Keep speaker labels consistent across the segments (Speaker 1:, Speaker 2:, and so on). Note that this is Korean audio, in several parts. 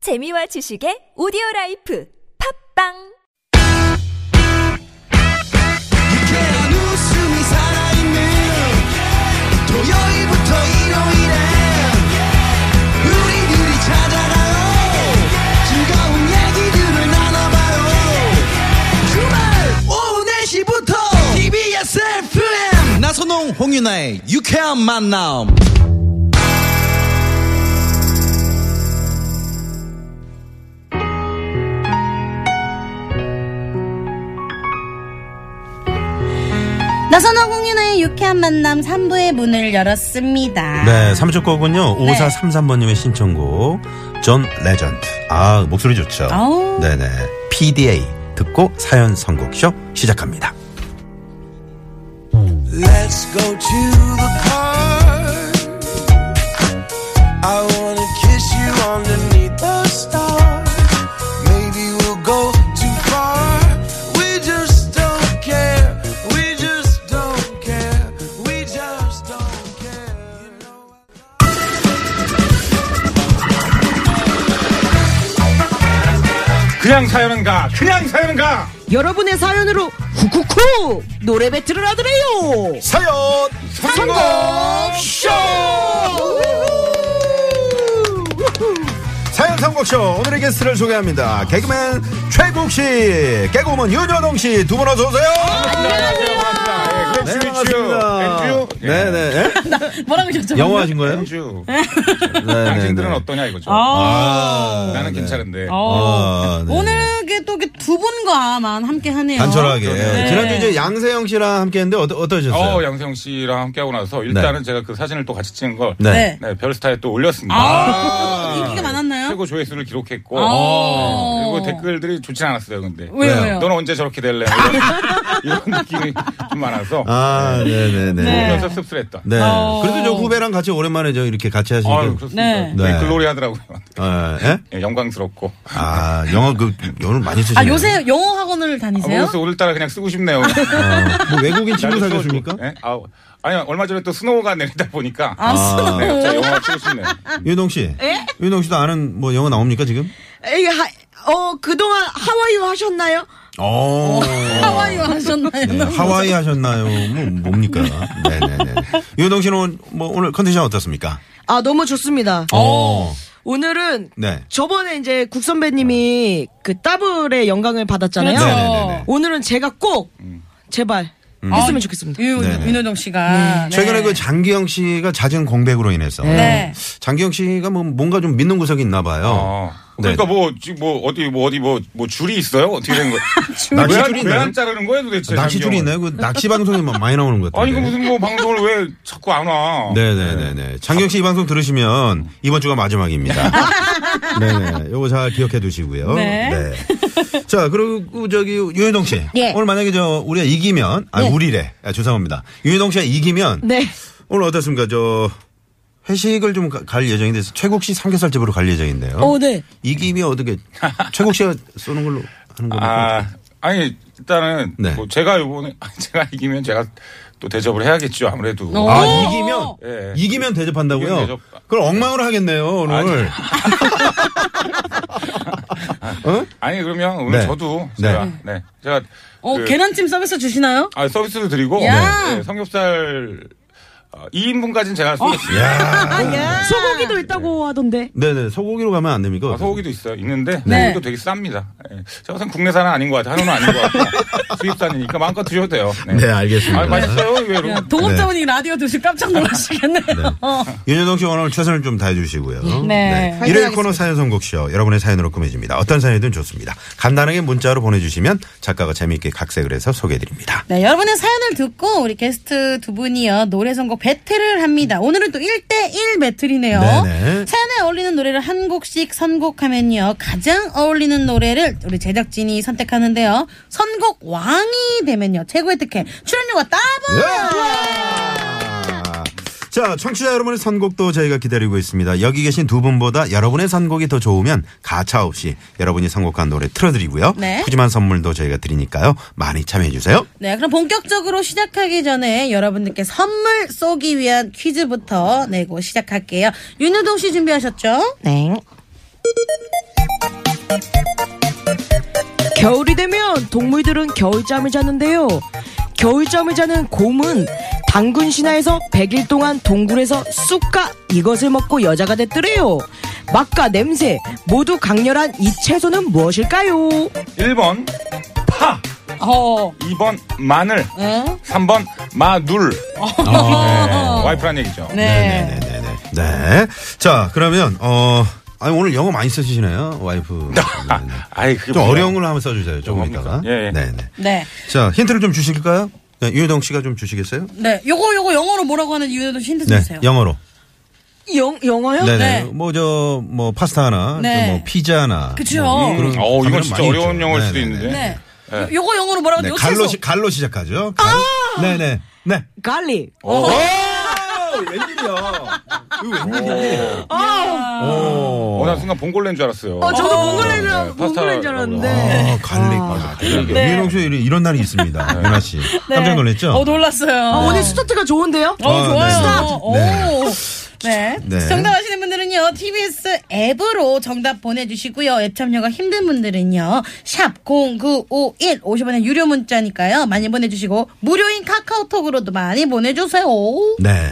Speaker 1: 재미와 지식의 오디오 라이프 팝빵!
Speaker 2: 유쾌한 웃음이 살아있는 토요일부터 일요일에 우리들이 찾아가요 즐거운 얘기들을 나눠봐요 주말 오후 4시부터 TBS FM 나선홍 홍윤아의 유쾌한 만남
Speaker 3: 나선호 공연의 유쾌한 만남 3부의 문을 열었습니다.
Speaker 4: 네, 3주 곡은요.
Speaker 3: 아. 네.
Speaker 4: 5433번님의 신청곡 존 레전드. 아, 목소리 좋죠.
Speaker 3: 아우.
Speaker 4: 네네. PDA 듣고 사연 선곡쇼 시작합니다.
Speaker 2: Let's go to the car. I wanna kiss you underneath the stars. Maybe we'll go too far. We just don't care. We just don't care. We just don't care. You know
Speaker 5: 그냥 사연은 가. 그냥 사연은 가.
Speaker 6: 여러분의 사연으로 후쿠쿠 노래 배틀을 하더래요.
Speaker 5: 사연 성공 쇼.
Speaker 4: 사연 선곡쇼 오늘의 게스트를 소개합니다. 개그맨 최국 씨, 개그우먼 윤여동 씨 두 분 어서 오세요. 네,
Speaker 5: 안녕하세요. 반갑습니다. 예, 그래, 주주. 엔주. 예,
Speaker 4: 네네.
Speaker 3: 뭐라고 하셨죠?
Speaker 4: 영어 하신 거예요?
Speaker 5: 엔주.
Speaker 4: 네,
Speaker 5: 당신들은
Speaker 4: 네.
Speaker 5: 어떠냐 이거죠.
Speaker 4: 아,
Speaker 5: 나는
Speaker 4: 네.
Speaker 5: 괜찮은데. 어,
Speaker 4: 아, 네.
Speaker 3: 오늘 이게 또 이게 두 분과만 함께 하네요.
Speaker 4: 간절하게. 예.
Speaker 5: 네.
Speaker 4: 지난주 이제 양세형 씨랑 함께 했는데 어떠, 어떠셨어요?
Speaker 5: 어, 양세형 씨랑 함께하고 나서 일단은 제가 그 사진을 또 같이 찍은 걸
Speaker 4: 네.
Speaker 3: 네.
Speaker 5: 네, 별스타에 또 올렸습니다.
Speaker 3: 아, 인기가 많았나요?
Speaker 5: 최고 조회수를 기록했고
Speaker 3: 아.
Speaker 5: 그리고 댓글들이 좋진 않았어요. 근데 네.
Speaker 3: 왜요, 왜요?
Speaker 5: 너는 언제 저렇게 될래? 뭐 이런, 이런 느낌이 좀 많아서
Speaker 4: 아, 네네네.
Speaker 5: 올려서 씁쓸했다.
Speaker 4: 네.
Speaker 3: 어.
Speaker 4: 그래도 저 후배랑 같이 오랜만에 저 이렇게 같이 하시니까.
Speaker 5: 아유 그렇습니다.
Speaker 3: 네.
Speaker 5: 되게
Speaker 4: 네.
Speaker 5: 글로리하더라고요.
Speaker 4: 어, 예?
Speaker 5: 예, 영광스럽고.
Speaker 4: 아, 영어 그 영어를 많이 쓰시네.
Speaker 3: 아, 요새 영어 학원을
Speaker 5: 아,
Speaker 3: 다니세요?
Speaker 5: 모르겠어 오늘따라 그냥 쓰고 싶네요.
Speaker 4: 어, 뭐 외국인 친구
Speaker 5: 나도 써줘.
Speaker 4: 사귀십니까?
Speaker 5: 예? 아, 아니 얼마 전에 또 스노우가 내리다 보니까
Speaker 3: 아,
Speaker 4: 아.
Speaker 5: 네,
Speaker 3: 스노우.
Speaker 5: 저 영화 쓰고 싶네요.
Speaker 4: 윤동 씨.
Speaker 3: 예?
Speaker 4: 윤동 씨도 아는 뭐 영어 나옵니까 지금?
Speaker 6: 에이, 하, 어, 그동안 하와이어 하셨나요?
Speaker 4: 어.
Speaker 3: 하와이어 하셨나요?
Speaker 4: 네, 하와이 하셨나요? 뭐 뭡니까? 네네네. 윤동 씨는 오늘, 뭐 오늘 컨디션 어떻습니까?
Speaker 6: 아, 너무 좋습니다.
Speaker 4: 어.
Speaker 6: 오늘은
Speaker 4: 네.
Speaker 6: 저번에 이제 국 선배님이 그 따블의 영광을 받았잖아요.
Speaker 3: 그렇죠.
Speaker 4: 네네네네. 음.
Speaker 6: 오늘은 제가 꼭 제발 했으면 좋겠습니다.
Speaker 3: 유,
Speaker 4: 네네.
Speaker 3: 윤호정 씨가. 네.
Speaker 4: 최근에 그 장기영 씨가 잦은 공백으로 인해서
Speaker 3: 네.
Speaker 4: 장기영 씨가 뭐 뭔가 좀 믿는 구석이 있나 봐요. 네.
Speaker 5: 아, 그러니까 뭐 지금 뭐 어디 뭐 어디 뭐, 뭐 줄이 있어요? 어떻게 된 거예요?
Speaker 4: 낚시줄이 있나요?
Speaker 5: 왜안 자르는 거예요 도대체?
Speaker 4: 낚시줄이
Speaker 5: 장기영은?
Speaker 4: 있나요? 그 낚시 방송에 막 많이 나오는 것 같아요.
Speaker 5: 아니 그 무슨 뭐 방송을 왜 자꾸 안 와?
Speaker 4: 네네네네. 장경 씨 이 방송 들으시면 이번 주가 마지막입니다. 네네. 요거 잘 기억해 두시고요.
Speaker 3: 네.
Speaker 4: 자, 그리고 저기 유해동 씨.
Speaker 3: 예.
Speaker 4: 오늘 만약에 저 우리가 이기면, 아, 우리래. 아, 죄송합니다. 유해동 씨가 이기면.
Speaker 6: 네.
Speaker 4: 오늘 어떻습니까? 저 회식을 좀 갈 예정인데 최국 씨 삼겹살집으로 갈 예정인데요.
Speaker 6: 어, 네.
Speaker 4: 이기면 어떻게 최국 씨가 쏘는 걸로 하는 겁니까?
Speaker 5: 아 아니 일단은
Speaker 4: 네.
Speaker 5: 뭐 제가 이번에 제가 이기면 제가 또 대접을 해야겠죠 아무래도.
Speaker 4: 아, 이기면
Speaker 5: 예.
Speaker 4: 이기면 대접한다고요?
Speaker 5: 이기면 대접.
Speaker 4: 그걸 엉망으로 하겠네요 오늘.
Speaker 5: 아니 그러면 오늘
Speaker 4: 네.
Speaker 5: 저도
Speaker 4: 네.
Speaker 5: 제가 네, 제가
Speaker 3: 어,
Speaker 5: 그-
Speaker 3: 계란찜 서비스 주시나요?
Speaker 5: 아, 서비스도 드리고
Speaker 3: 야.
Speaker 5: 네, 삼겹살 2인분까지는 제가 쏘겠습니다.
Speaker 4: 야.
Speaker 6: 아, 예. 소고기도 있다고 하던데.
Speaker 4: 네네 소고기로 가면 안 됩니까?
Speaker 5: 아, 소고기도 있어요. 있는데
Speaker 3: 네.
Speaker 5: 소고기도 되게 쌉니다. 예. 제가 우선 국내산은 아닌 것 같아요. 한우는 아닌 것 같아요. 수입산이니까 마음껏 드셔도 돼요.
Speaker 4: 네, 알겠습니다.
Speaker 5: 아, 맛있어요. 의외로.
Speaker 4: 네.
Speaker 3: 야, 동업자분이 라디오 들으시 깜짝 놀라시겠네요.
Speaker 4: 윤여동 씨 오늘 최선을 좀 다해 주시고요.
Speaker 3: 네.
Speaker 4: 일요일 코너 사연 선곡쇼 여러분의 사연으로 꾸며집니다. 어떤 사연이든 좋습니다. 간단하게 문자로 보내주시면 작가가 재미있게 각색을 해서 소개해드립니다.
Speaker 3: 네, 여러분의 사연을 듣고 우리 게스트 두 분이요. 노래 선곡 배틀을 합니다. 오늘은 또 1대1 배틀이네요.
Speaker 4: 네네.
Speaker 3: 사연에 어울리는 노래를 한 곡씩 선곡하면요. 가장 어울리는 노래를 우리 제작진이 선택하는데요. 선곡 왕이 되면요. 최고의 특혜. 출연료가
Speaker 4: 예! 자, 청취자 여러분의 선곡도 저희가 기다리고 있습니다. 여기 계신 두 분보다 여러분의 선곡이 더 좋으면 가차 없이 여러분이 선곡한 노래 틀어드리고요.
Speaker 3: 네.
Speaker 4: 푸짐한 선물도 저희가 드리니까요. 많이 참여해주세요.
Speaker 3: 네, 그럼 본격적으로 시작하기 전에 여러분들께 선물 쏘기 위한 퀴즈부터 내고 시작할게요. 윤효동 씨 준비하셨죠? 네.
Speaker 6: 겨울이 되면 동물들은 겨울잠을 자는데요. 겨울잠을 자는 곰은 당군 신화에서 100일 동안 동굴에서 쑥과 이것을 먹고 여자가 됐더래요. 맛과 냄새 모두 강렬한 이 채소는 무엇일까요?
Speaker 5: 1번 파,
Speaker 3: 어.
Speaker 5: 2번 마늘,
Speaker 3: 네.
Speaker 5: 3번 마눌. 네, 와이프란 얘기죠.
Speaker 3: 네.
Speaker 4: 네네네. 네. 자, 그러면, 어, 아니, 오늘 영어 많이 쓰시네요, 와이프. 네, 네.
Speaker 5: 아이 그게
Speaker 4: 좀
Speaker 5: 뭐야.
Speaker 4: 어려운 걸로 한번 써주세요, 조금
Speaker 5: 뭡니까?
Speaker 4: 있다가.
Speaker 5: 예, 예.
Speaker 4: 네네.
Speaker 3: 네.
Speaker 4: 자, 힌트를 좀 주실까요? 네, 유효동 씨가 좀 주시겠어요?
Speaker 3: 네. 요거 요거 영어로 뭐라고 하는 이유도 힌트
Speaker 4: 네,
Speaker 3: 주세요.
Speaker 4: 영어로.
Speaker 6: 영, 영어요?
Speaker 4: 네네.
Speaker 3: 네.
Speaker 4: 뭐, 저, 뭐, 파스타 하나,
Speaker 3: 네.
Speaker 4: 또 뭐, 피자 하나.
Speaker 3: 그쵸.
Speaker 4: 뭐
Speaker 5: 음,
Speaker 4: 그런
Speaker 5: 어, 이건
Speaker 4: 단어는
Speaker 5: 진짜
Speaker 4: 많이
Speaker 5: 어려운
Speaker 4: 있죠.
Speaker 5: 영어일 수도
Speaker 4: 네네네.
Speaker 5: 있는데.
Speaker 3: 네. 요- 요거 영어로 뭐라고 하는
Speaker 4: 네,
Speaker 3: 요
Speaker 4: 갈로,
Speaker 3: 채소.
Speaker 4: 시, 갈로 시작하죠. 갈, 네네. 네.
Speaker 6: 갈릭.
Speaker 5: 오,
Speaker 4: 오.
Speaker 5: 어, 난 순간 봉골레인 줄 알았어요.
Speaker 6: 어, 저도 몽골레인
Speaker 5: 네,
Speaker 6: 줄- 몽골레인 줄
Speaker 5: 파스타라고.
Speaker 6: 알았는데.
Speaker 4: 아, 갈릭. 맞아. 갈릭.
Speaker 5: 네.
Speaker 4: 유효동 씨 이런, 이런 날이 있습니다. 윤아 씨. 깜짝 놀랐죠?
Speaker 3: 어 놀랐어요.
Speaker 6: 아, 오늘 스타트가 좋은데요?
Speaker 3: 어,
Speaker 4: 네. 아,
Speaker 3: 좋아요.
Speaker 4: 네.
Speaker 3: 오. 네.
Speaker 4: 네.
Speaker 3: 정답하시는 분들은요, TBS 앱으로 정답 보내주시고요. 앱 참여가 힘든 분들은요, 샵0951 50원의 유료 문자니까요. 많이 보내주시고, 무료인 카카오톡으로도 많이 보내주세요.
Speaker 4: 네.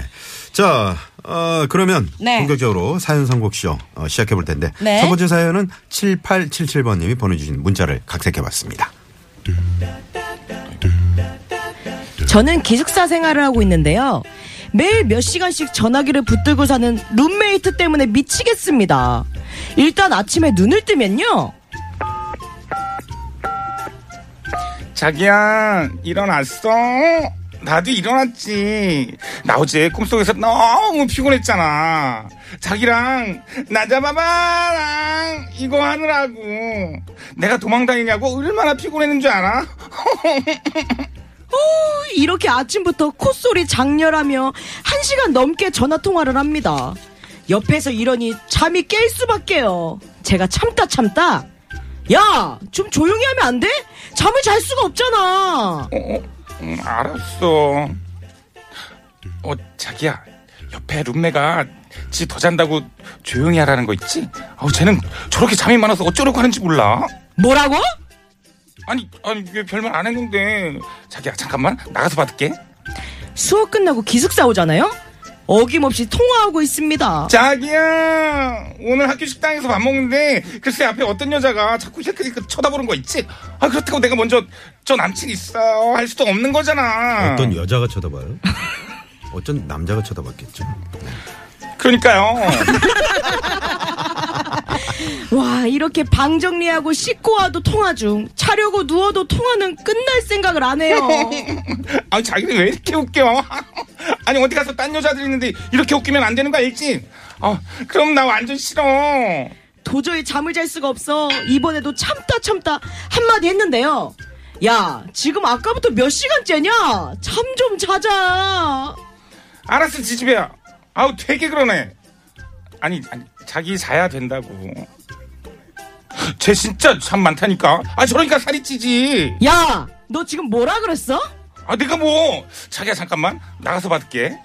Speaker 4: 자, 어, 그러면
Speaker 3: 네.
Speaker 4: 본격적으로 사연 선곡쇼 어, 시작해 볼 텐데
Speaker 3: 네.
Speaker 4: 첫 번째 사연은 7877번님이 보내주신 문자를 각색해 봤습니다.
Speaker 6: 저는 기숙사 생활을 하고 있는데요. 매일 몇 시간씩 전화기를 붙들고 사는 룸메이트 때문에 미치겠습니다. 일단 아침에 눈을 뜨면요.
Speaker 5: 자기야 일어났어? 나도 일어났지. 나 어제 꿈속에서 너무 피곤했잖아. 자기랑 나 잡아봐랑 이거 하느라고 내가 도망다니냐고 얼마나 피곤했는 줄 알아?
Speaker 6: 이렇게 아침부터 콧소리 장렬하며 한시간 넘게 전화통화를 합니다. 옆에서 이러니 잠이 깰 수밖에요. 제가 참다 참다. 야! 좀 조용히 하면 안 돼? 잠을 잘 수가 없잖아.
Speaker 5: 음, 알았어. 어, 자기야. 옆에 룸메가 지 더 잔다고 조용히 하라는 거 있지? 아우, 쟤는 저렇게 잠이 많아서 어쩌려고 하는지 몰라.
Speaker 6: 뭐라고?
Speaker 5: 아니, 아니, 왜 별말 안 했는데. 자기야, 잠깐만. 나가서 받을게.
Speaker 6: 수업 끝나고 기숙사 오잖아요? 어김없이 통화하고 있습니다.
Speaker 5: 자기야, 오늘 학교 식당에서 밥 먹는데, 글쎄 앞에 어떤 여자가 자꾸 힐끗힐끗 쳐다보는 거 있지? 아, 그렇다고 내가 먼저, 저 남친 있어요. 할 수도 없는 거잖아.
Speaker 4: 어떤 여자가 쳐다봐요? 어쩐 남자가 쳐다봤겠죠.
Speaker 5: 그러니까요.
Speaker 6: 와, 이렇게 방 정리하고 씻고 와도 통화 중, 자려고 누워도 통화는 끝날 생각을 안 해요.
Speaker 5: 아니 자기는 왜 이렇게 웃겨? 아니 어디 가서 딴 여자들 있는데 이렇게 웃기면 안 되는 거 알지? 아 그럼 나 완전 싫어.
Speaker 6: 도저히 잠을 잘 수가 없어. 이번에도 참다 참다 한마디 했는데요. 야, 지금 아까부터 몇 시간째냐? 잠 좀 자자.
Speaker 5: 알았어 지지배야. 아우 되게 그러네. 아니, 아니 자기 자야 된다고. 쟤 진짜 잠 많다니까. 아 저러니까 살이 찌지.
Speaker 6: 야, 너 지금 뭐라 그랬어?
Speaker 5: 아 내가 뭐 자기야 잠깐만 나가서 받을게.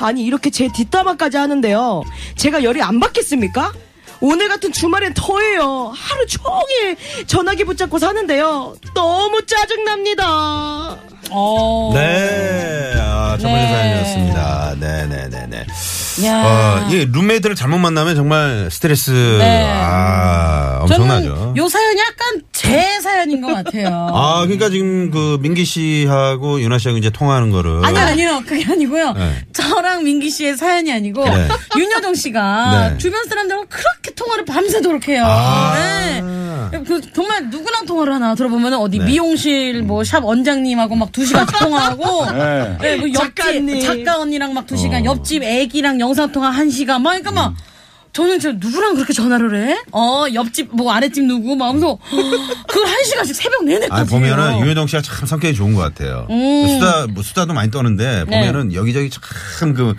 Speaker 6: 아니, 이렇게 제 뒷담화까지 하는데요. 제가 열이 안 받겠습니까? 오늘 같은 주말엔 더해요. 하루 종일 전화기 붙잡고 사는데요. 너무 짜증납니다.
Speaker 3: 어.
Speaker 4: 네. 아, 첫 번째
Speaker 3: 네.
Speaker 4: 사연이었습니다. 네네네네.
Speaker 3: 야.
Speaker 4: 어, 이 룸메이트를 잘못 만나면 정말 스트레스,
Speaker 3: 네.
Speaker 4: 아, 엄청나죠.
Speaker 3: 저는 요 사연이 약간 제 사연인 것 같아요.
Speaker 4: 아, 그러니까 지금 그 민기 씨하고 윤아 씨하고 이제 통화하는 거를.
Speaker 3: 아니요, 아니요. 그게 아니고요.
Speaker 4: 네.
Speaker 3: 저랑 민기 씨의 사연이 아니고,
Speaker 4: 네.
Speaker 3: 윤여정 씨가
Speaker 4: 네.
Speaker 3: 주변 사람들하고 그렇게 통화를 밤새도록 해요.
Speaker 4: 아.
Speaker 3: 네. 그 정말 누구랑 통화를 하나 들어보면 어디
Speaker 4: 네.
Speaker 3: 미용실 뭐 샵 원장님하고 막 두 시간 통화하고,
Speaker 5: 네.
Speaker 3: 네, 뭐 옆집
Speaker 6: 작가님.
Speaker 3: 작가 언니랑 막 두 시간,
Speaker 4: 어. 음.
Speaker 3: 옆집 애기랑 영상통화 한 시간, 막 그러니까 막 저는 진짜 누구랑 그렇게 전화를 해? 어, 옆집 뭐 아랫집 누구 막 하면서 그걸 한 시간씩 새벽 내내까지.
Speaker 4: 아니 보면은
Speaker 3: 해요.
Speaker 4: 유해동 씨가 참 성격이 좋은 것 같아요.
Speaker 3: 음. 네.
Speaker 4: 수다 뭐 수다도 많이 떠는데 보면은 여기저기 참 그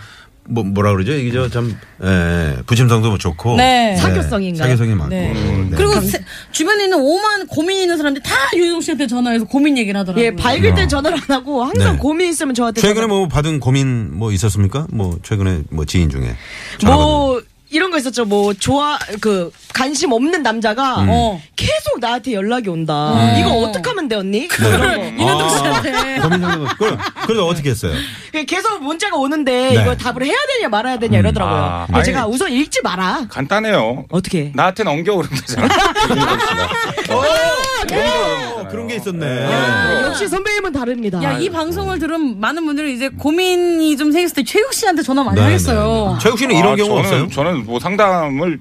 Speaker 4: 뭐 뭐라 그러죠? 이게 저참 예, 부침성도 좋고 예.
Speaker 3: 네.
Speaker 6: 사교성인가요?
Speaker 4: 사교성이 많고.
Speaker 3: 네.
Speaker 4: 네.
Speaker 3: 그리고 세- 주변에 있는 오만 고민 있는 사람들 다 유희동 씨한테 전화해서 고민 얘기를 하더라고요.
Speaker 6: 예, 밝을 때 전화를 안 하고 항상
Speaker 4: 아. 네.
Speaker 6: 고민 있으면 저한테
Speaker 4: 최근에
Speaker 6: 전화-
Speaker 4: 뭐 받은 고민 뭐 있었습니까? 뭐 최근에 뭐 지인 중에 전화 받은-
Speaker 6: 뭐 이런 거 있었죠. 뭐 좋아 그 관심 없는 남자가
Speaker 4: 음.
Speaker 6: 어, 계속 나한테 연락이 온다. 이거 어떻게 하면 돼 언니? 이런 거.
Speaker 4: 아. 고민 상담. 그럼 그래서 어떻게 했어요?
Speaker 6: 그냥 계속 문자가 오는데
Speaker 4: 네. 음.
Speaker 6: 이거 답을 해야 되냐 말아야 되냐 이러더라고요.
Speaker 5: 아,
Speaker 6: 근데
Speaker 5: 아니.
Speaker 6: 제가 우선 읽지 마라.
Speaker 5: 간단해요.
Speaker 6: 어떻게?
Speaker 5: 나한테 넘겨오는 거잖아.
Speaker 4: 어, 그런 게
Speaker 3: 아,
Speaker 4: 있었네.
Speaker 6: 역시 선배님은 다릅니다.
Speaker 3: 야, 이 방송을 들은 많은 분들이 이제 고민이 좀 생겼을 때 최욱 씨한테 전화 많이
Speaker 4: 네, 네,
Speaker 3: 하겠어요.
Speaker 4: 네. 최욱 씨는 이런
Speaker 5: 아,
Speaker 4: 경우
Speaker 5: 저는,
Speaker 4: 없어요?
Speaker 5: 저는 뭐 상담을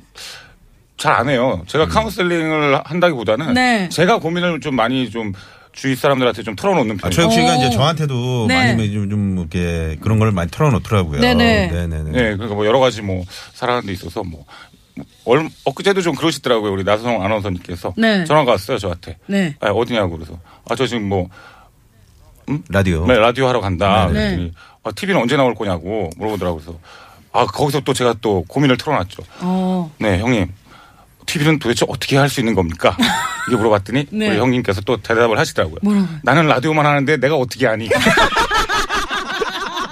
Speaker 5: 잘 안 해요. 제가
Speaker 4: 음.
Speaker 5: 카운슬링을 한다기보다는
Speaker 3: 네.
Speaker 5: 제가 고민을 좀 많이 좀 주위 사람들한테 좀 털어놓는
Speaker 4: 아,
Speaker 5: 편이에요.
Speaker 4: 최욱 씨가
Speaker 3: 오.
Speaker 4: 이제 저한테도
Speaker 3: 네.
Speaker 4: 많이 좀, 좀 이렇게 그런 걸 많이 털어놓더라고요.
Speaker 3: 네네.
Speaker 4: 네네네.
Speaker 5: 네, 그러니까 뭐 여러 가지 뭐 살아가는 데 있어서 뭐 얼, 엊그제도 좀 그러시더라고요. 우리 나선홍 아나운서님께서
Speaker 3: 네.
Speaker 5: 전화가 왔어요. 저한테.
Speaker 3: 네.
Speaker 5: 아, 어디냐고 그래서. 아, 저 지금 뭐
Speaker 4: 라디오.
Speaker 5: 네, 라디오 하러 간다.
Speaker 3: 네.
Speaker 5: 그랬더니 아, TV는 언제 나올 거냐고 물어보더라고요. 그래서 아, 거기서 또 제가 또 고민을 털어놨죠.
Speaker 3: 어.
Speaker 5: 네, 형님. TV는 도대체 어떻게 할 수 있는 겁니까? 이게 물어봤더니
Speaker 3: 네.
Speaker 5: 우리 형님께서 또 대답을 하시더라고요.
Speaker 3: 뭐라고요?
Speaker 5: 나는 라디오만 하는데 내가 어떻게 하니? 네.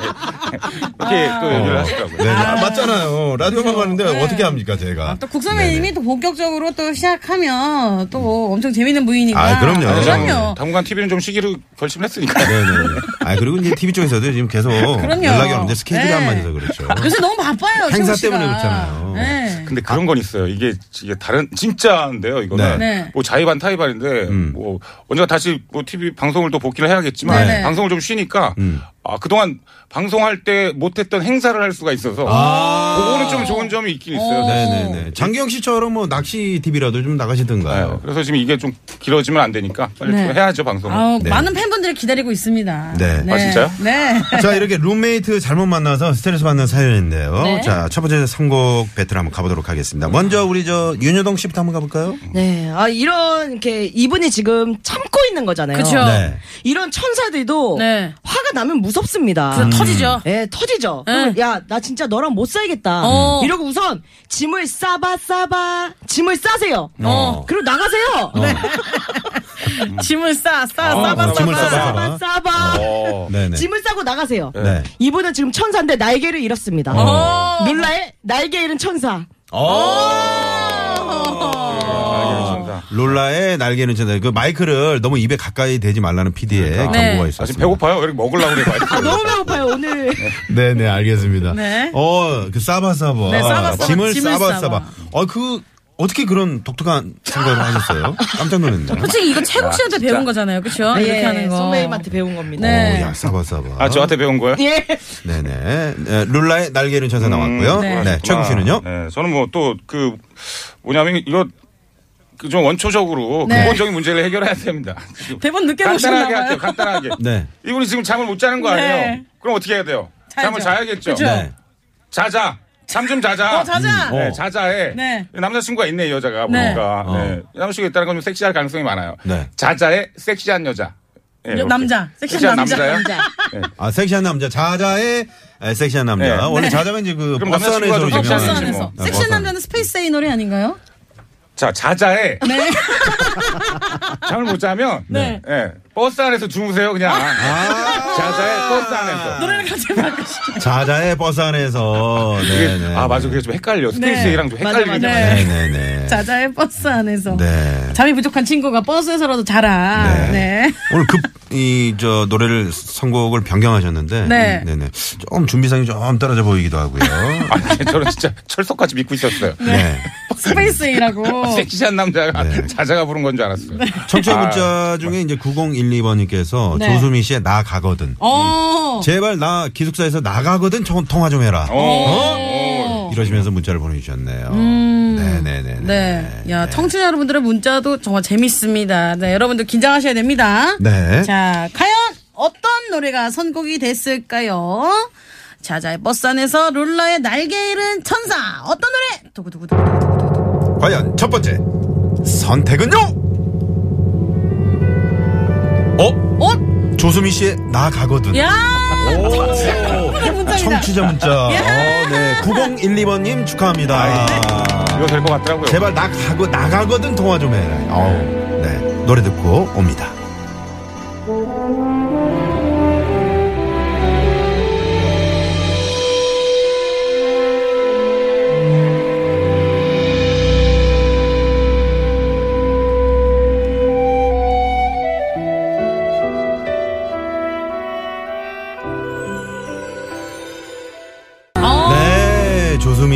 Speaker 5: 이렇게 또 얘기를 하시더라고요.
Speaker 4: 네. 아, 맞잖아요. 라디오만 하는데 어떻게 합니까, 제가.
Speaker 3: 네. 아, 또
Speaker 4: 네,
Speaker 3: 국선배님이 또 본격적으로 또 시작하면 또 엄청 재밌는 부위니까.
Speaker 4: 아, 그럼요.
Speaker 5: 아니, 저는
Speaker 3: 그럼요.
Speaker 5: 당분간 TV는 좀 쉬기로 결심했으니까. 요
Speaker 4: 네네. 아, 그리고 이제 TV 쪽에서도 지금 계속 네. 연락이 오는데 스케줄이
Speaker 3: 네.
Speaker 4: 안 맞아서 그렇죠.
Speaker 3: 요새 너무 바빠요.
Speaker 4: 행사
Speaker 3: 최욱 씨가.
Speaker 4: 때문에 그렇잖아요.
Speaker 3: 네.
Speaker 5: 근데 그런 건 있어요. 이게 이게 다른 진짜인데요. 이거는
Speaker 4: 네. 음.
Speaker 3: 네.
Speaker 5: 뭐 자의반 타의반인데 뭐 언제가 다시 뭐 TV 방송을 또 복귀를 해야겠지만
Speaker 3: 네.
Speaker 5: 방송을 좀 쉬니까
Speaker 4: 음.
Speaker 5: 아 그동안 방송할 때 못했던 행사를 할 수가 있어서 그거는 좀 좋은 점이 있긴 있어요.
Speaker 4: 아. 네네네. 장기영 씨처럼 뭐 낚시 TV라도 좀
Speaker 5: 네.
Speaker 4: 나가시든가요.
Speaker 5: 그래서 지금 이게 좀 길어지면 안 되니까 빨리
Speaker 3: 네.
Speaker 5: 좀 해야죠 방송을.
Speaker 3: 아우,
Speaker 4: 네.
Speaker 3: 많은 팬분들이 기다리고 있습니다.
Speaker 4: 네.
Speaker 5: 아, 진짜요?
Speaker 3: 네.
Speaker 4: 자, 이렇게 룸메이트 잘못 만나서 스트레스 받는 사연인데요. 자, 첫 번째 선곡 배틀 한번 가보도록 하겠습니다. 먼저 우리 저 윤여동 씨부터 한번 가볼까요?
Speaker 6: 네. 아 이런 이렇게 이분이 지금 참고 있는 거잖아요.
Speaker 3: 그쵸.
Speaker 4: 네.
Speaker 6: 이런 천사들도
Speaker 3: 네.
Speaker 6: 화가 나면 무섭습니다.
Speaker 3: 그 터지죠.
Speaker 6: 예, 터지죠.
Speaker 3: 네.
Speaker 6: 야, 나 진짜 너랑 못 살겠다.
Speaker 3: 어.
Speaker 6: 이러고 우선 짐을 싸봐 싸봐. 짐을 싸세요.
Speaker 4: 어.
Speaker 6: 그리고 나가세요.
Speaker 3: 네. 짐을 싸, 싸,
Speaker 5: 어,
Speaker 3: 싸봐,
Speaker 4: 짐을
Speaker 3: 싸봐.
Speaker 4: 싸봐.
Speaker 6: 싸봐 싸봐.
Speaker 5: 어.
Speaker 4: 네네.
Speaker 6: 짐을 싸고 나가세요.
Speaker 4: 네.
Speaker 6: 이분은 지금 천사인데 날개를 잃었습니다.
Speaker 3: 어.
Speaker 6: 놀라에 날개 잃은 천사.
Speaker 4: 어.
Speaker 5: 네,
Speaker 3: 어.
Speaker 4: 아.
Speaker 5: 알겠습니다.
Speaker 4: 롤라의 날개는 전달. 그 마이크를 너무 입에 가까이 대지 말라는 PD의 경고가
Speaker 3: 네.
Speaker 5: 아, 지금
Speaker 4: 있었습니다.
Speaker 5: 배고파요? 왜 이렇게 먹으려고 그래?
Speaker 6: 아, 너무 배고파요 오늘.
Speaker 4: 네, 네, 알겠습니다.
Speaker 3: 네.
Speaker 4: 어, 그 싸바싸바.
Speaker 3: 네, 싸바싸바.
Speaker 4: 짐을
Speaker 3: 짐을
Speaker 4: 싸바싸바.
Speaker 3: 싸바.
Speaker 4: 어, 그 어떻게 그런 독특한 생각을 하셨어요? 깜짝 놀랐네요.
Speaker 3: 솔직히 이거 최국 씨한테 배운 거잖아요. 그쵸? 이렇게 하는 거.
Speaker 6: 예, 선배님한테 배운 겁니다.
Speaker 3: 네.
Speaker 4: 오, 어, 야, 싸바싸바.
Speaker 5: 아, 저한테 배운 거예요?
Speaker 6: 예.
Speaker 4: 네네. 네, 룰라의 날개는 전사 나왔고요.
Speaker 3: 네.
Speaker 4: 네. 최국 씨는요?
Speaker 5: 네, 저는 뭐 또 그 뭐냐면 이거 그 좀 원초적으로
Speaker 3: 네.
Speaker 5: 근본적인 문제를 해결해야 됩니다.
Speaker 3: 대본 늦게
Speaker 5: 간단하게
Speaker 3: 보셨나 봐요.
Speaker 5: 할게요. 간단하게.
Speaker 4: 네.
Speaker 5: 이분이 지금 잠을 못 자는 거 아니에요?
Speaker 3: 네.
Speaker 5: 그럼 어떻게 해야 돼요?
Speaker 3: 자야죠.
Speaker 5: 잠을 자야겠죠.
Speaker 3: 그죠?
Speaker 4: 네.
Speaker 5: 자자. 잠 좀 자자.
Speaker 6: 아,
Speaker 3: 어,
Speaker 6: 음.
Speaker 3: 자자.
Speaker 5: 네,
Speaker 4: 어.
Speaker 5: 자자에
Speaker 3: 네.
Speaker 5: 남자친구가 있네 이 여자가
Speaker 3: 네.
Speaker 5: 보니까
Speaker 4: 어.
Speaker 5: 네. 남자친구가 있다는 건좀 섹시할 가능성이 많아요.
Speaker 4: 네.
Speaker 5: 자자에 섹시한 여자. 네, 이렇게.
Speaker 3: 남자. 섹시한 남자.
Speaker 5: 남자요?
Speaker 4: 아, 섹시한 남자. 자자의 에, 섹시한 남자.
Speaker 5: 네.
Speaker 4: 원래 자자면 이제 그
Speaker 5: 그럼
Speaker 4: 버스
Speaker 5: 남자친구가
Speaker 4: 안에서
Speaker 5: 좀
Speaker 3: 버스
Speaker 5: 섹시한
Speaker 4: 유명한.
Speaker 5: 남자지
Speaker 3: 안에서.
Speaker 5: 뭐.
Speaker 3: 어, 섹시한 남자는 스페이스 에이 노래 아닌가요?
Speaker 5: 자, 자자에
Speaker 3: 네.
Speaker 5: 잠을 못 자면
Speaker 3: 네.
Speaker 5: 예, 버스 안에서 주무세요 그냥. 자자에 버스 안에서.
Speaker 3: 노래를 같이 바꾸시
Speaker 4: 자자의 버스 안에서.
Speaker 5: 그게-
Speaker 4: 네네.
Speaker 5: 아 맞아 그게 좀 헷갈려 스페이스랑 좀
Speaker 6: 맞아,
Speaker 5: 헷갈리는
Speaker 3: 맞아.
Speaker 5: 게 많아요.
Speaker 4: 네네네.
Speaker 3: 자자의 버스 안에서.
Speaker 4: 네.
Speaker 3: 잠이 부족한 친구가 버스에서라도 자라. 네.
Speaker 4: 오늘 급 이 저 노래를 선곡을 변경하셨는데
Speaker 3: 네.
Speaker 4: 네. 네좀 준비상이 좀 떨어져 보이기도 하고요.
Speaker 5: 아니, 저는 진짜 철석같이 믿고 있었어요.
Speaker 4: 네.
Speaker 3: 스페이스 에이라고
Speaker 5: 섹시한 남자가
Speaker 4: 네.
Speaker 5: 자자가 부른 건 줄 알았어요.
Speaker 4: 청취자
Speaker 5: 아,
Speaker 4: 문자 중에 이제 9012번님께서
Speaker 3: 네.
Speaker 4: 조수민 씨의 나 가거든.
Speaker 3: 어.
Speaker 4: 제발 나 기숙사에서 나가거든 저- 통화 좀 해라.
Speaker 5: 어. 어.
Speaker 4: 이러시면서 문자를 보내주셨네요. 네네네.
Speaker 3: 음. 네.
Speaker 4: 네.
Speaker 3: 야, 청취자 여러분들의 문자도 정말 재밌습니다. 네, 여러분들 긴장하셔야 됩니다.
Speaker 4: 네.
Speaker 3: 자, 과연 어떤 노래가 선곡이 됐을까요? 자자, 버스 안에서 룰러의 날개 잃은 천사. 어떤 노래? 두구두구두구두구두구.
Speaker 4: 과연 첫 번째 선택은요? 어?
Speaker 3: 어?
Speaker 4: 조수민 씨의 나 가거든.
Speaker 3: 야!
Speaker 4: 오.
Speaker 3: 문자입니다.
Speaker 4: 청취자 문자. 어, 네. 9012번님 축하합니다.
Speaker 5: 이거 될 것 같더라고요.
Speaker 4: 제발 나 가고 나가거든 통화 좀 해라. 어우, 네 노래 듣고 옵니다.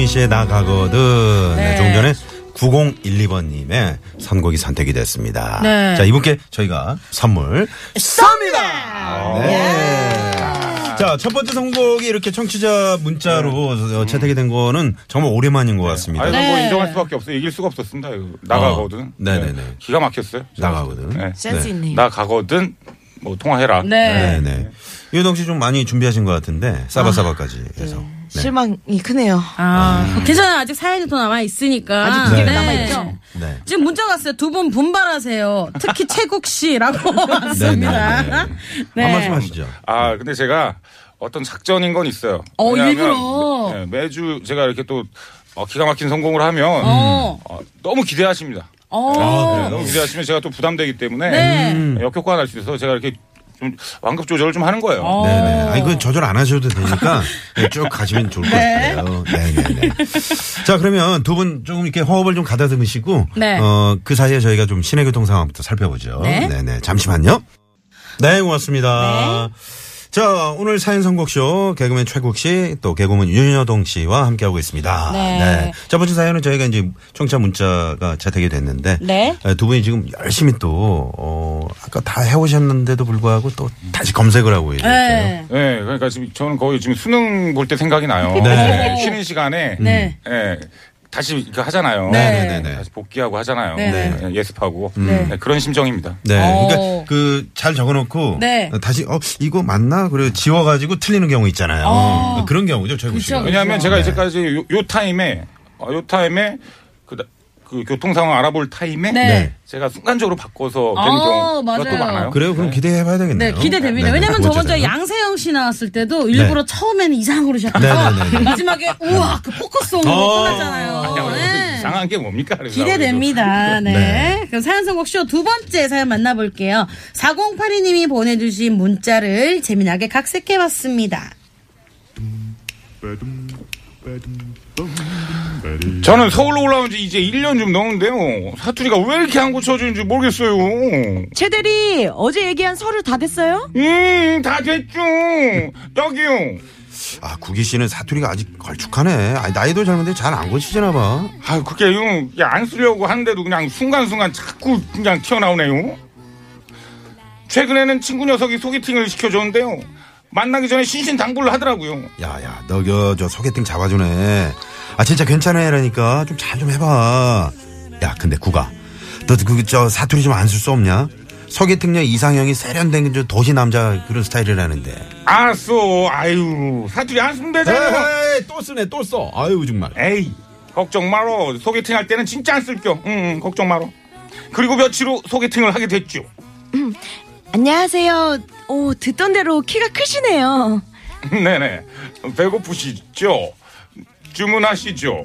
Speaker 4: 네, 번째 나가거든. 네,
Speaker 3: 네.
Speaker 4: 조금 전에 9012번님의 선곡이 선택이 됐습니다.
Speaker 3: 네.
Speaker 4: 자, 이분께 저희가 선물
Speaker 6: 네.
Speaker 4: 쏩니다! 네. 자, 첫 번째 선곡이 이렇게 청취자 문자로 어, 채택이 된 거는 정말 오랜만인 것 같습니다.
Speaker 5: 아니, 뭐
Speaker 3: 네.
Speaker 5: 인정할 수밖에 없어요. 이길 수가 없었습니다. 이거. 나가거든.
Speaker 4: 어. 네네네.
Speaker 5: 기가 막혔어요.
Speaker 4: 나가거든.
Speaker 5: 네.
Speaker 6: 센스 있네요.
Speaker 5: 나가거든. 뭐 통화해라.
Speaker 3: 네.
Speaker 4: 네네. 유동 씨좀 많이 준비하신 것 같은데, 싸바싸바까지 해서. 네.
Speaker 6: 아, 실망이 크네요.
Speaker 3: 아, 괜찮아요. 아직 사연이 더 남아 있으니까.
Speaker 6: 아직 두 개가 남아있죠?
Speaker 4: 네.
Speaker 3: 지금 문자 왔어요. 두 분 분발하세요. 특히 최국 씨라고 왔습니다.
Speaker 4: 네, 네,
Speaker 3: 네.
Speaker 4: 한 말씀 하시죠.
Speaker 5: 아 근데 제가 어떤 작전인 건 있어요.
Speaker 3: 어,
Speaker 5: 왜냐하면
Speaker 3: 일부러.
Speaker 5: 매- 네, 매주 제가 이렇게 또 어, 기가 막힌 성공을 하면
Speaker 3: 어.
Speaker 5: 어, 너무 기대하십니다.
Speaker 4: 아,
Speaker 3: 어.
Speaker 5: 네, 너무 기대하시면 제가 또 부담되기 때문에 음,
Speaker 3: 네.
Speaker 5: 역효과가 날 수 있어서 제가 이렇게 좀 완급 조절을 좀 하는 거예요.
Speaker 3: 어.
Speaker 4: 네네. 아니, 그 조절 안 하셔도 되니까 네, 쭉 가시면 좋을 것
Speaker 3: 네.
Speaker 4: 같아요. 네네네. 자, 그러면 두 분 조금 이렇게 허업을 좀 가다듬으시고,
Speaker 3: 네.
Speaker 4: 어, 그 사이에 저희가 좀 시내 교통 상황부터 살펴보죠.
Speaker 3: 네.
Speaker 4: 네네. 잠시만요. 네, 고맙습니다.
Speaker 3: 네.
Speaker 4: 자, 오늘 사연 선곡쇼 개그맨 최국 씨, 또 개그맨 윤여동 씨와 함께하고 있습니다.
Speaker 3: 네.
Speaker 4: 첫 번째 사연은 저희가 이제 청취자 문자가 채택이 됐는데
Speaker 3: 네.
Speaker 4: 에, 예, 두 분이 지금 열심히 또 어, 아까 다 해오셨는데도 불구하고 또 다시 검색을 하고 있어요.
Speaker 3: 네.
Speaker 5: 네, 그러니까 지금 저는 거의 지금 수능 볼 때 생각이 나요.
Speaker 4: 네.
Speaker 5: 쉬는 시간에
Speaker 3: 네.
Speaker 5: 네, 다시 이렇게 하잖아요.
Speaker 3: 네.
Speaker 4: 네, 네, 네.
Speaker 5: 다시 복귀하고 하잖아요.
Speaker 3: 네.
Speaker 5: 네, 예습하고
Speaker 3: 네.
Speaker 5: 네, 그런 심정입니다.
Speaker 4: 네.
Speaker 3: 오.
Speaker 4: 그러니까 그 잘 적어놓고
Speaker 3: 어. 네.
Speaker 4: 다시 어 이거 맞나 그래 지워가지고 틀리는 경우 있잖아요. 그러니까
Speaker 3: 어. 그렇죠.
Speaker 4: 그런 경우죠 최국
Speaker 3: 그쵸.
Speaker 4: 씨가.
Speaker 5: 왜냐하면 제가 이제까지 요, 요 타임에 어, 요 타임에 그, 다- 그 교통 상황 알아볼 타임에
Speaker 3: 네.
Speaker 5: 제가 순간적으로 바꿔서
Speaker 3: 아,
Speaker 5: 되는 경우가 또
Speaker 3: 맞아요.
Speaker 5: 많아요.
Speaker 4: 그래요? 그럼 기대해봐야
Speaker 3: 네,
Speaker 4: 되겠네요.
Speaker 3: 기대됩니다.
Speaker 4: 네, 네.
Speaker 3: 왜냐면 저번 주에
Speaker 4: 그거잖아요.
Speaker 3: 양세형 씨 나왔을 때도 일부러 처음에는 이상으로 시작해서
Speaker 4: 네, 네, 네, 네.
Speaker 3: 마지막에 우와 그 포커스온으로
Speaker 4: 어.
Speaker 3: 끝났잖아요. 네.
Speaker 5: 이상한 게 뭡니까? 그래서
Speaker 3: 기대됩니다. 네. 그럼 사연선곡쇼 두 번째 사연 만나볼게요. 4082님이 보내주신 문자를 재미나게 각색해봤습니다.
Speaker 5: 저는 서울로 올라온 지 이제 1년 좀 넘은데요. 사투리가 왜 이렇게 안 고쳐지는지 모르겠어요.
Speaker 6: 최대리 어제 얘기한 서류 다 됐어요?
Speaker 5: 음, 다 됐죠. 저기요.
Speaker 4: 아 구기 씨는 사투리가 아직 걸쭉하네. 아니, 나이도 젊은데 잘 안 고치시나 봐.
Speaker 5: 아, 그게요. 이게 안 쓰려고 하는데도 그냥 순간순간 자꾸 그냥 튀어나오네요. 최근에는 친구 녀석이 소개팅을 시켜줬는데요. 만나기 전에 신신당부를 하더라고요.
Speaker 4: 야야 너 그, 저 소개팅 잡아주네 아 진짜 괜찮아라니까 좀 잘 좀 해봐 야 근데 구가 너 그 저 사투리 좀 안 쓸 수 없냐 소개팅녀 이상형이 세련된 저 도시 남자 그런 스타일이라는데
Speaker 5: 알았어. 아유, 사투리 안 쓰면 되잖아.
Speaker 4: 또 쓰네 또써 아유 정말
Speaker 5: 에이, 걱정 마로. 소개팅 할 때는 진짜 안 쓸겨. 응, 응, 걱정 마로. 그리고 며칠 후 소개팅을 하게 됐죠.
Speaker 6: 안녕하세요. 오 듣던 대로 키가 크시네요.
Speaker 5: 네네. 배고프시죠? 주문하시죠.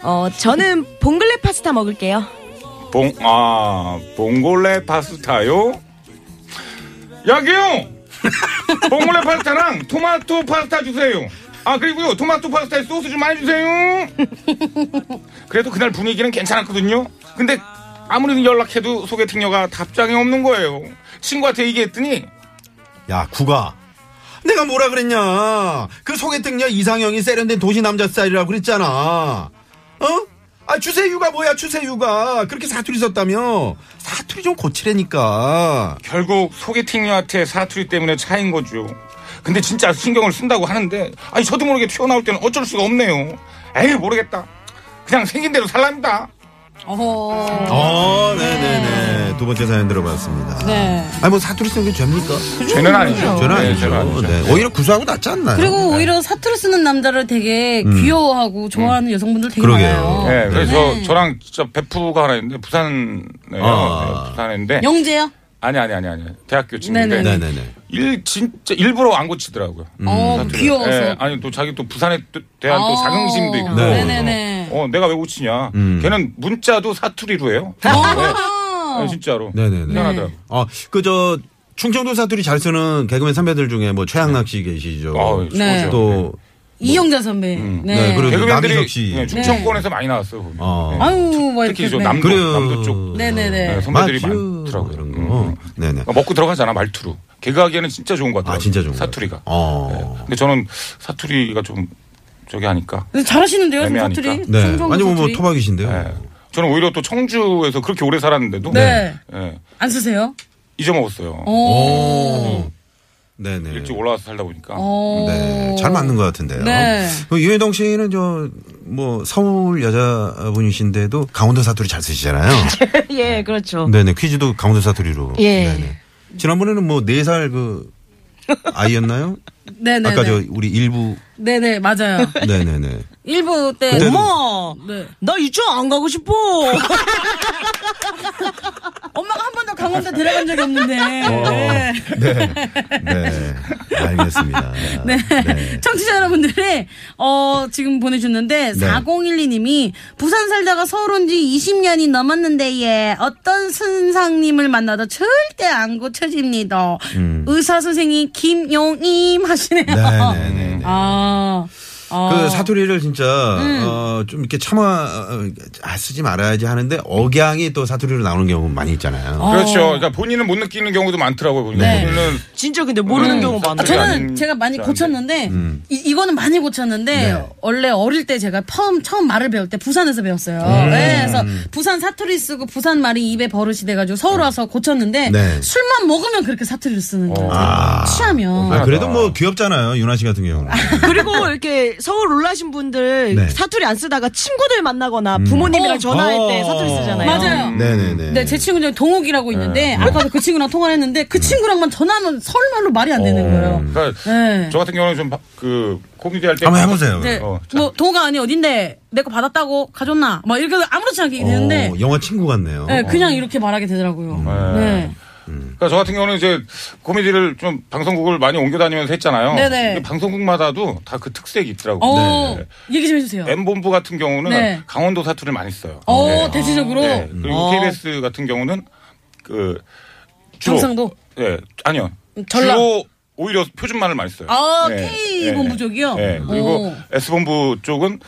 Speaker 6: 어 저는 봉글레 파스타 먹을게요.
Speaker 5: 봉, 아, 봉골레 파스타요? 여기요! 봉골레 파스타랑 토마토 파스타 주세요. 아, 그리고요, 토마토 파스타에 소스 좀 많이 주세요. 그래도 그날 분위기는 괜찮았거든요. 근데 아무리 연락해도 소개팅녀가 답장이 없는 거예요. 친구한테 얘기했더니,
Speaker 4: 야 구가 내가 뭐라 그랬냐 그 소개팅녀 이상형이 세련된 도시 남자 스타일이라고 그랬잖아 어? 아 주세유가 뭐야 주세유가 그렇게 사투리 썼다며 사투리 좀 고치라니까
Speaker 5: 결국 소개팅녀한테 사투리 때문에 차인 거죠. 근데 진짜 신경을 쓴다고 하는데 아니 저도 모르게 튀어나올 때는 어쩔 수가 없네요. 에이 모르겠다. 그냥 생긴 대로 살랍니다.
Speaker 3: 어허.
Speaker 4: 어, 네네네. 두 번째 사연 들어봤습니다.
Speaker 3: 네.
Speaker 4: 아니, 뭐 사투리 쓰는 게 죄입니까?
Speaker 5: 죄는 아니죠.
Speaker 4: 음, 죄는
Speaker 5: 그렇죠. 네,
Speaker 4: 아니죠.
Speaker 5: 죄는 아니죠.
Speaker 4: 네. 오히려 구수하고 낫지 않나요?
Speaker 3: 그리고 오히려 사투리 쓰는 남자를 되게 귀여워하고 좋아하는 여성분들 되게
Speaker 4: 음. 그러게요.
Speaker 3: 많아요.
Speaker 5: 네, 그래서 저랑 진짜 베프가 하나 있는데 부산 네,
Speaker 4: 아.
Speaker 5: 네, 부산인데
Speaker 3: 영재요?
Speaker 4: 음.
Speaker 5: 아니 아니 아니 아니 대학교 친구인데
Speaker 3: 네네.
Speaker 4: 네네네. 음.
Speaker 5: 일 진짜 일부러 안 고치더라고요.
Speaker 3: 어, 귀여워서.
Speaker 5: 예, 아니 또 자기 또 부산에 또
Speaker 4: 아,
Speaker 5: 대한
Speaker 3: 어.
Speaker 5: 또 자긍심도 있고.
Speaker 4: 네.
Speaker 3: 네네네.
Speaker 5: 어 내가 왜 고치냐.
Speaker 4: 음.
Speaker 5: 걔는 문자도 사투리로 해요.
Speaker 3: 아.
Speaker 5: 네, 진짜로.
Speaker 4: 어. 네네네.
Speaker 5: 희한하더라고.
Speaker 4: 아, 그, 저, 충청도 사투리 잘 쓰는 개그맨 선배들 중에 뭐 최양락 씨 계시죠.
Speaker 5: 아우,
Speaker 3: 네.
Speaker 4: 또,
Speaker 3: 이영자 선배. 네.
Speaker 4: 네, 그리고-
Speaker 5: 뭐. 음. 개그맨들이
Speaker 4: 남희석 씨.
Speaker 5: 네, 충청권에서 많이 나왔어요. 거기.
Speaker 4: 어.
Speaker 5: 네.
Speaker 3: 아유, 뭐 이렇게.
Speaker 5: 특히 저
Speaker 3: 네.
Speaker 5: 남도,
Speaker 4: 그래요.
Speaker 5: 남도 쪽
Speaker 3: 네네네.
Speaker 5: 네, 선배들이
Speaker 4: 맞죠.
Speaker 5: 많더라고요.
Speaker 4: 이런 거.
Speaker 5: 음.
Speaker 4: 네네.
Speaker 5: 그러니까 먹고 들어가잖아 말투로. 개그하기에는 진짜 좋은 것 같아요.
Speaker 4: 아, 진짜 좋은 것
Speaker 5: 어. 네. 사투리가.
Speaker 4: 같아요. 어.
Speaker 5: 네. 근데 저는 사투리가 좀 저기 하니까.
Speaker 3: 근데 잘하시는데요, 좀
Speaker 5: 애매하니까.
Speaker 3: 사투리.
Speaker 4: 네.
Speaker 3: 충청도
Speaker 4: 아니 뭐, 뭐
Speaker 3: 사투리.
Speaker 4: 토박이신데요.
Speaker 5: 예. 저는 오히려 또 청주에서 그렇게 오래 살았는데도
Speaker 3: 네.
Speaker 5: 예,
Speaker 3: 안 쓰세요?
Speaker 5: 잊어먹었어요.
Speaker 3: 오.
Speaker 4: 오. 네네.
Speaker 5: 음. 일찍 올라와서 살다 보니까.
Speaker 3: 오.
Speaker 4: 네, 잘 맞는 것 같은데요.
Speaker 3: 네.
Speaker 4: 그 유해동 씨는 저 뭐 서울 여자분이신데도 강원도 사투리 잘 쓰시잖아요.
Speaker 6: 예, 그렇죠.
Speaker 4: 네네 퀴즈도 강원도 사투리로.
Speaker 6: 예.
Speaker 4: 네네. 지난번에는 뭐 네 살 그 아이였나요?
Speaker 3: 네네.
Speaker 4: 아까 저 우리 일부.
Speaker 3: 네네, 맞아요.
Speaker 4: 네네네.
Speaker 3: 일부 때.
Speaker 4: 그때는-
Speaker 6: 엄마,
Speaker 3: 네.
Speaker 6: 나 유치원 안 가고 싶어.
Speaker 3: 엄마가 한 번도 강원도 데려간 적이 없는데.
Speaker 4: 어.
Speaker 3: 네.
Speaker 4: 네. 네. 알겠습니다.
Speaker 3: 네. 청취자 여러분들의, 어, 지금
Speaker 4: 네.
Speaker 3: 보내주셨는데, 4012님이, 부산 살다가 서울 온 지 20년이 넘었는데, 예, 어떤 선상님을 만나도 절대 안 고쳐집니다.
Speaker 4: 음.
Speaker 3: 의사 선생님 김용임 하시네요.
Speaker 4: 네네네.
Speaker 3: 아, 아.
Speaker 4: 그 사투리를 진짜
Speaker 3: 음.
Speaker 4: 어, 좀 이렇게 참아 어, 아, 쓰지 말아야지 하는데 억양이 또 사투리로 나오는 경우 많이 있잖아요.
Speaker 3: 어.
Speaker 5: 그렇죠. 그러니까 본인은 못 느끼는 경우도 많더라고요. 보니까
Speaker 3: 네.
Speaker 5: 본인은
Speaker 6: 진짜 근데 모르는
Speaker 5: 음.
Speaker 6: 경우 많아.
Speaker 3: 아,
Speaker 6: 요
Speaker 3: 저는
Speaker 5: 안-
Speaker 3: 제가 많이
Speaker 5: 잘안
Speaker 3: 고쳤는데
Speaker 4: 음.
Speaker 3: 이, 이거는 많이 고쳤는데
Speaker 4: 네.
Speaker 3: 원래 어릴 때 제가 처음 처음 말을 배울 때 부산에서 배웠어요.
Speaker 4: 음.
Speaker 3: 네, 그래서 부산 사투리 쓰고 부산 말이 입에 버릇이 돼가지고 서울 와서 고쳤는데
Speaker 4: 네.
Speaker 3: 술만 먹으면 그렇게 사투리를 쓰는 거예요.
Speaker 4: 아.
Speaker 3: 취하면
Speaker 4: 아, 그래도 뭐 귀엽잖아요. 유나 씨 같은 경우는.
Speaker 6: 그리고 이렇게 서울 올라신 분들
Speaker 4: 네. 음.
Speaker 6: 사투리 안 쓰다가 친구들 만나거나 부모님이랑
Speaker 3: 어.
Speaker 6: 전화할 때
Speaker 4: 어.
Speaker 6: 사투리 쓰잖아요.
Speaker 3: 맞아요.
Speaker 4: 네네네. 네.
Speaker 3: 네, 제 친구 중에 동욱이라고 있는데 아까도 그 친구랑 통화를 했는데 그 친구랑만 전화하면 서울말로 말이 안
Speaker 4: 어.
Speaker 3: 되는 거예요.
Speaker 5: 그러니까
Speaker 3: 네.
Speaker 5: 저 같은 경우는 좀 그 코미디 할 때
Speaker 4: 한번 해보세요.
Speaker 3: 네,
Speaker 5: 어, 참.
Speaker 3: 뭐 동욱아 아니 어딘데 내 거 받았다고 가졌나? 막 이렇게 아무렇지 않게 되는데
Speaker 4: 어, 영화 친구 같네요.
Speaker 3: 네, 그냥 이렇게 말하게
Speaker 5: 음.
Speaker 3: 되더라고요. 네.
Speaker 4: 음.
Speaker 5: 그러니까 저 같은 경우는 이제 코미디를 좀 방송국을 많이 옮겨 다니면서 했잖아요.
Speaker 3: 네네.
Speaker 5: 근데 방송국마다도 다 그 특색이 있더라고요.
Speaker 3: 어, 얘기 좀 해주세요.
Speaker 5: M본부 같은 경우는
Speaker 3: 네.
Speaker 5: 강원도 사투리를 많이 써요.
Speaker 3: 어,
Speaker 5: 네.
Speaker 3: 대체적으로.
Speaker 5: 네. 그리고
Speaker 3: 어.
Speaker 5: KBS 같은 경우는 그 주로
Speaker 3: 경상도?
Speaker 5: 예 아니요
Speaker 3: 전라?
Speaker 5: 주로 오히려 표준말을 많이 써요.
Speaker 3: 아, K 본부족이요? 어.
Speaker 5: 네. 그리고
Speaker 3: 오.
Speaker 5: S 본부 쪽은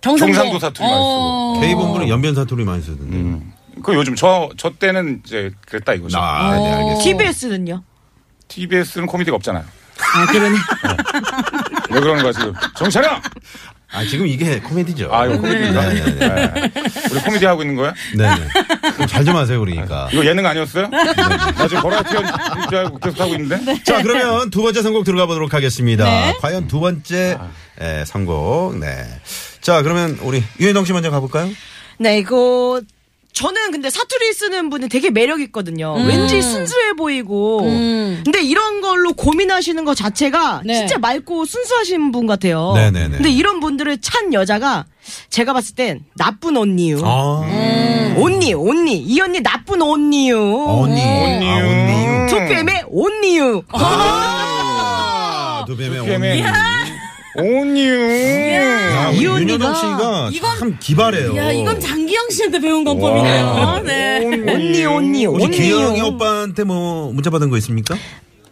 Speaker 5: 경상도 사투리 많이 쓰고.
Speaker 4: 어.
Speaker 3: 어.
Speaker 4: K 본부는 연변 사투리 많이 쓰던데.
Speaker 5: 그 요즘 저 저 때는 이제 그랬다 이거죠.
Speaker 4: 아, 네,
Speaker 6: 어.
Speaker 4: 알겠습니다.
Speaker 6: TBS는요?
Speaker 5: TBS는 코미디가 없잖아요. 아 그러네. 왜 그러는 거야 지금? 정찬아.
Speaker 4: 아, 지금 이게 코미디죠.
Speaker 5: 아 이거 코미디인가?
Speaker 4: 네, 네, 네.
Speaker 5: 네. 우리 코미디 하고 있는 거야?
Speaker 4: 네네. 잘 좀 하세요, 그러니까.
Speaker 5: 이거 예능 아니었어요?
Speaker 3: 네.
Speaker 5: 나 지금 버라티언 줄 알고 계속 하고 있는데.
Speaker 4: 자, 그러면 두 번째 선곡 들어가 보도록 하겠습니다. 과연 두 번째
Speaker 5: 아.
Speaker 4: 에, 선곡, 네. 자, 그러면 우리 유해동 씨 먼저 가볼까요?
Speaker 6: 네, 이거 저는 근데 사투리 쓰는 분이 되게 매력 있거든요. 왠지 순수해 보이고. 근데 이런 걸로 고민하시는 것 자체가
Speaker 3: 네.
Speaker 6: 진짜 맑고 순수하신 분 같아요.
Speaker 4: 네네네.
Speaker 6: 근데 이런 분들을 찬 여자가 제가 봤을 땐 나쁜 언니유.
Speaker 4: 아,
Speaker 6: 언니, 언니. 이 언니 나쁜 언니유.
Speaker 4: 언니. 아, 언니유.
Speaker 6: 투팸의 언니유.
Speaker 4: 아, 두 뱀의 언니.
Speaker 5: 온유.
Speaker 4: 아, 우리 윤여동 씨가 참 기발해요.
Speaker 3: 야, 이건 장기영 씨한테 배운 방법이네요. 네.
Speaker 6: 언니, 언니,
Speaker 4: 혹시
Speaker 6: 언니.
Speaker 4: 기영이 오빠한테 뭐 문자 받은 거 있습니까?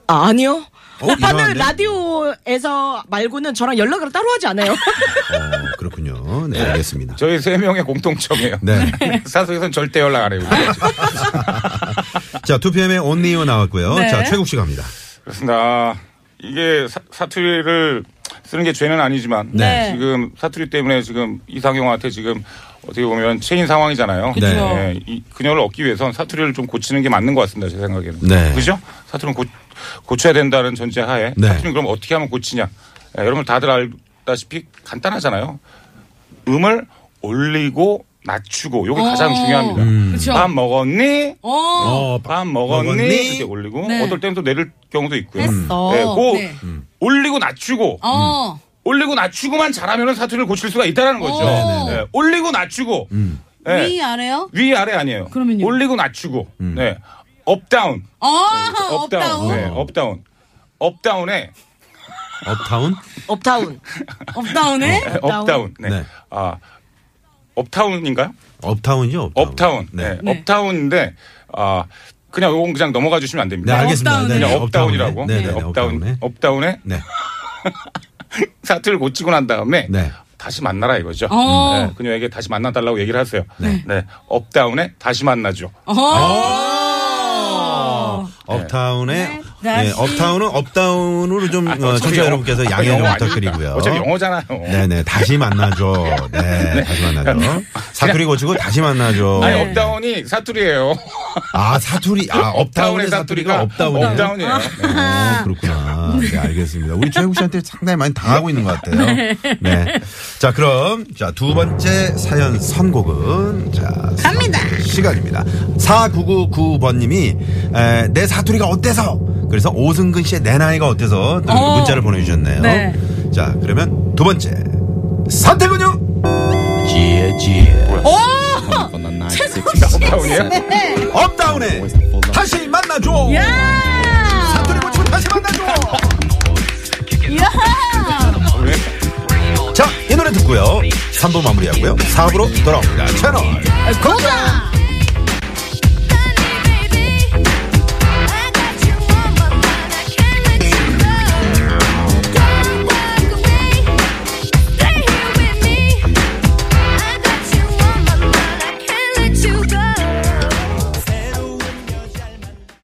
Speaker 6: 아, 아니요.
Speaker 4: 어,
Speaker 6: 오빠는
Speaker 4: 이상한데?
Speaker 6: 라디오에서 말고는 저랑 연락을 따로 하지 않아요.
Speaker 4: 어, 그렇군요. 네, 알겠습니다.
Speaker 5: 저희 세 명의 공통점이에요.
Speaker 4: 네.
Speaker 5: 사석에선 절대 연락 안 해요.
Speaker 4: 자, 2PM의 온리오 나왔고요.
Speaker 3: 네.
Speaker 4: 자, 최국 씨 갑니다.
Speaker 5: 그렇습니다. 아, 이게 사, 투리를 쓰는 게 죄는 아니지만
Speaker 3: 네.
Speaker 5: 지금 사투리 때문에 지금 이상형한테 지금 어떻게 보면 체인 상황이잖아요.
Speaker 4: 그쵸.
Speaker 5: 네. 이 그녀를 얻기 위해선 사투리를 좀 고치는 게 맞는 것 같습니다. 제 생각에는.
Speaker 4: 네.
Speaker 5: 그죠? 사투리는 고, 고쳐야 된다는 전제하에
Speaker 4: 네.
Speaker 5: 사투리는 그럼 어떻게 하면 고치냐. 예, 여러분 다들 알다시피 간단하잖아요. 음을 올리고 낮추고 요게 가장 중요합니다.
Speaker 3: 어.
Speaker 4: 음.
Speaker 3: 그쵸.
Speaker 5: 밥 먹었니?
Speaker 3: 어,
Speaker 4: 어,
Speaker 5: 밥 먹었니? 이렇게
Speaker 4: 먹었니?
Speaker 5: 올리고
Speaker 3: 네.
Speaker 5: 어떨 때는 또 내릴 경우도 있고요.
Speaker 3: 했어.
Speaker 5: 네, 고
Speaker 3: 네.
Speaker 5: 올리고 낮추고
Speaker 3: 어.
Speaker 5: 올리고 낮추고만 잘하면 사투리를 고칠 수가 있다라는 거죠.
Speaker 3: 오.
Speaker 5: 네, 올리고 낮추고 네,
Speaker 3: 어. 위 아래요?
Speaker 5: 위 아래 아니에요.
Speaker 3: 그러면요?
Speaker 5: 올리고 낮추고 네 업다운
Speaker 3: 어, 업다운.
Speaker 5: 네, 업다운 업다운에
Speaker 4: 업타운?
Speaker 6: 업타운.
Speaker 3: 업다운에?
Speaker 5: 네, 업다운 네.
Speaker 4: 네.
Speaker 5: 아 업타운인가요?
Speaker 4: 업타운이요? 업타운.
Speaker 5: 업타운 네,
Speaker 4: 네.
Speaker 5: 업타운인데 아 그냥 이건 그냥 넘어가 주시면 안
Speaker 4: 네,
Speaker 5: 됩니다.
Speaker 4: 알겠습니다.
Speaker 3: 업다운에.
Speaker 4: 네, 네,
Speaker 5: 그냥 업다운이라고
Speaker 4: 네, 네, 네,
Speaker 5: 업다운
Speaker 4: 업다운에.
Speaker 5: 업다운에
Speaker 4: 네.
Speaker 5: 사투리를 고치고 난 다음에
Speaker 4: 네.
Speaker 5: 다시 만나라 이거죠.
Speaker 3: 어.
Speaker 5: 네, 그녀에게 다시 만나달라고 얘기를 하세요. 네.
Speaker 4: 어,
Speaker 5: 업다운에 다시 만나죠.
Speaker 3: 어. 네,
Speaker 4: 업타운에
Speaker 3: 다시.
Speaker 4: 예, 업타운은 업다운으로
Speaker 5: 아,
Speaker 4: 좀 어, 청취자 여러분께서 양해 좀 부탁드리고요.
Speaker 5: 어차피 영어잖아요.
Speaker 4: 네네 다시 만나죠. 네, 다시 만나죠. 사투리 고치고 다시 만나죠.
Speaker 5: 아니 업다운이 사투리예요.
Speaker 4: 아, 사투리 아 업다운의 사투리가 업다운이에요.
Speaker 5: 업다운이에요. 네.
Speaker 4: 어, 그렇구나. 네, 알겠습니다. 우리 최국 씨한테 상당히 많이 당하고 있는 것 같아요. 네. 자, 그럼, 자, 두 번째 사연 선곡은, 자.
Speaker 3: 갑니다.
Speaker 4: 시간입니다. 4999번님이, 내 사투리가 어때서? 그래서 오승근 씨의 내 나이가 어때서? 또
Speaker 3: 어.
Speaker 4: 문자를 보내주셨네요.
Speaker 3: 네.
Speaker 4: 자, 그러면 두 번째. 선택은요?
Speaker 3: 어. 오! 최고 씨였네.
Speaker 4: 업다운에 다시 만나줘!
Speaker 3: 야!
Speaker 4: 사투리 고치고 다시 만나줘!
Speaker 3: 야!
Speaker 4: 자, 이 노래 듣고요. 3부 마무리하고요. 4부로 돌아옵니다. 채널.
Speaker 3: 고마!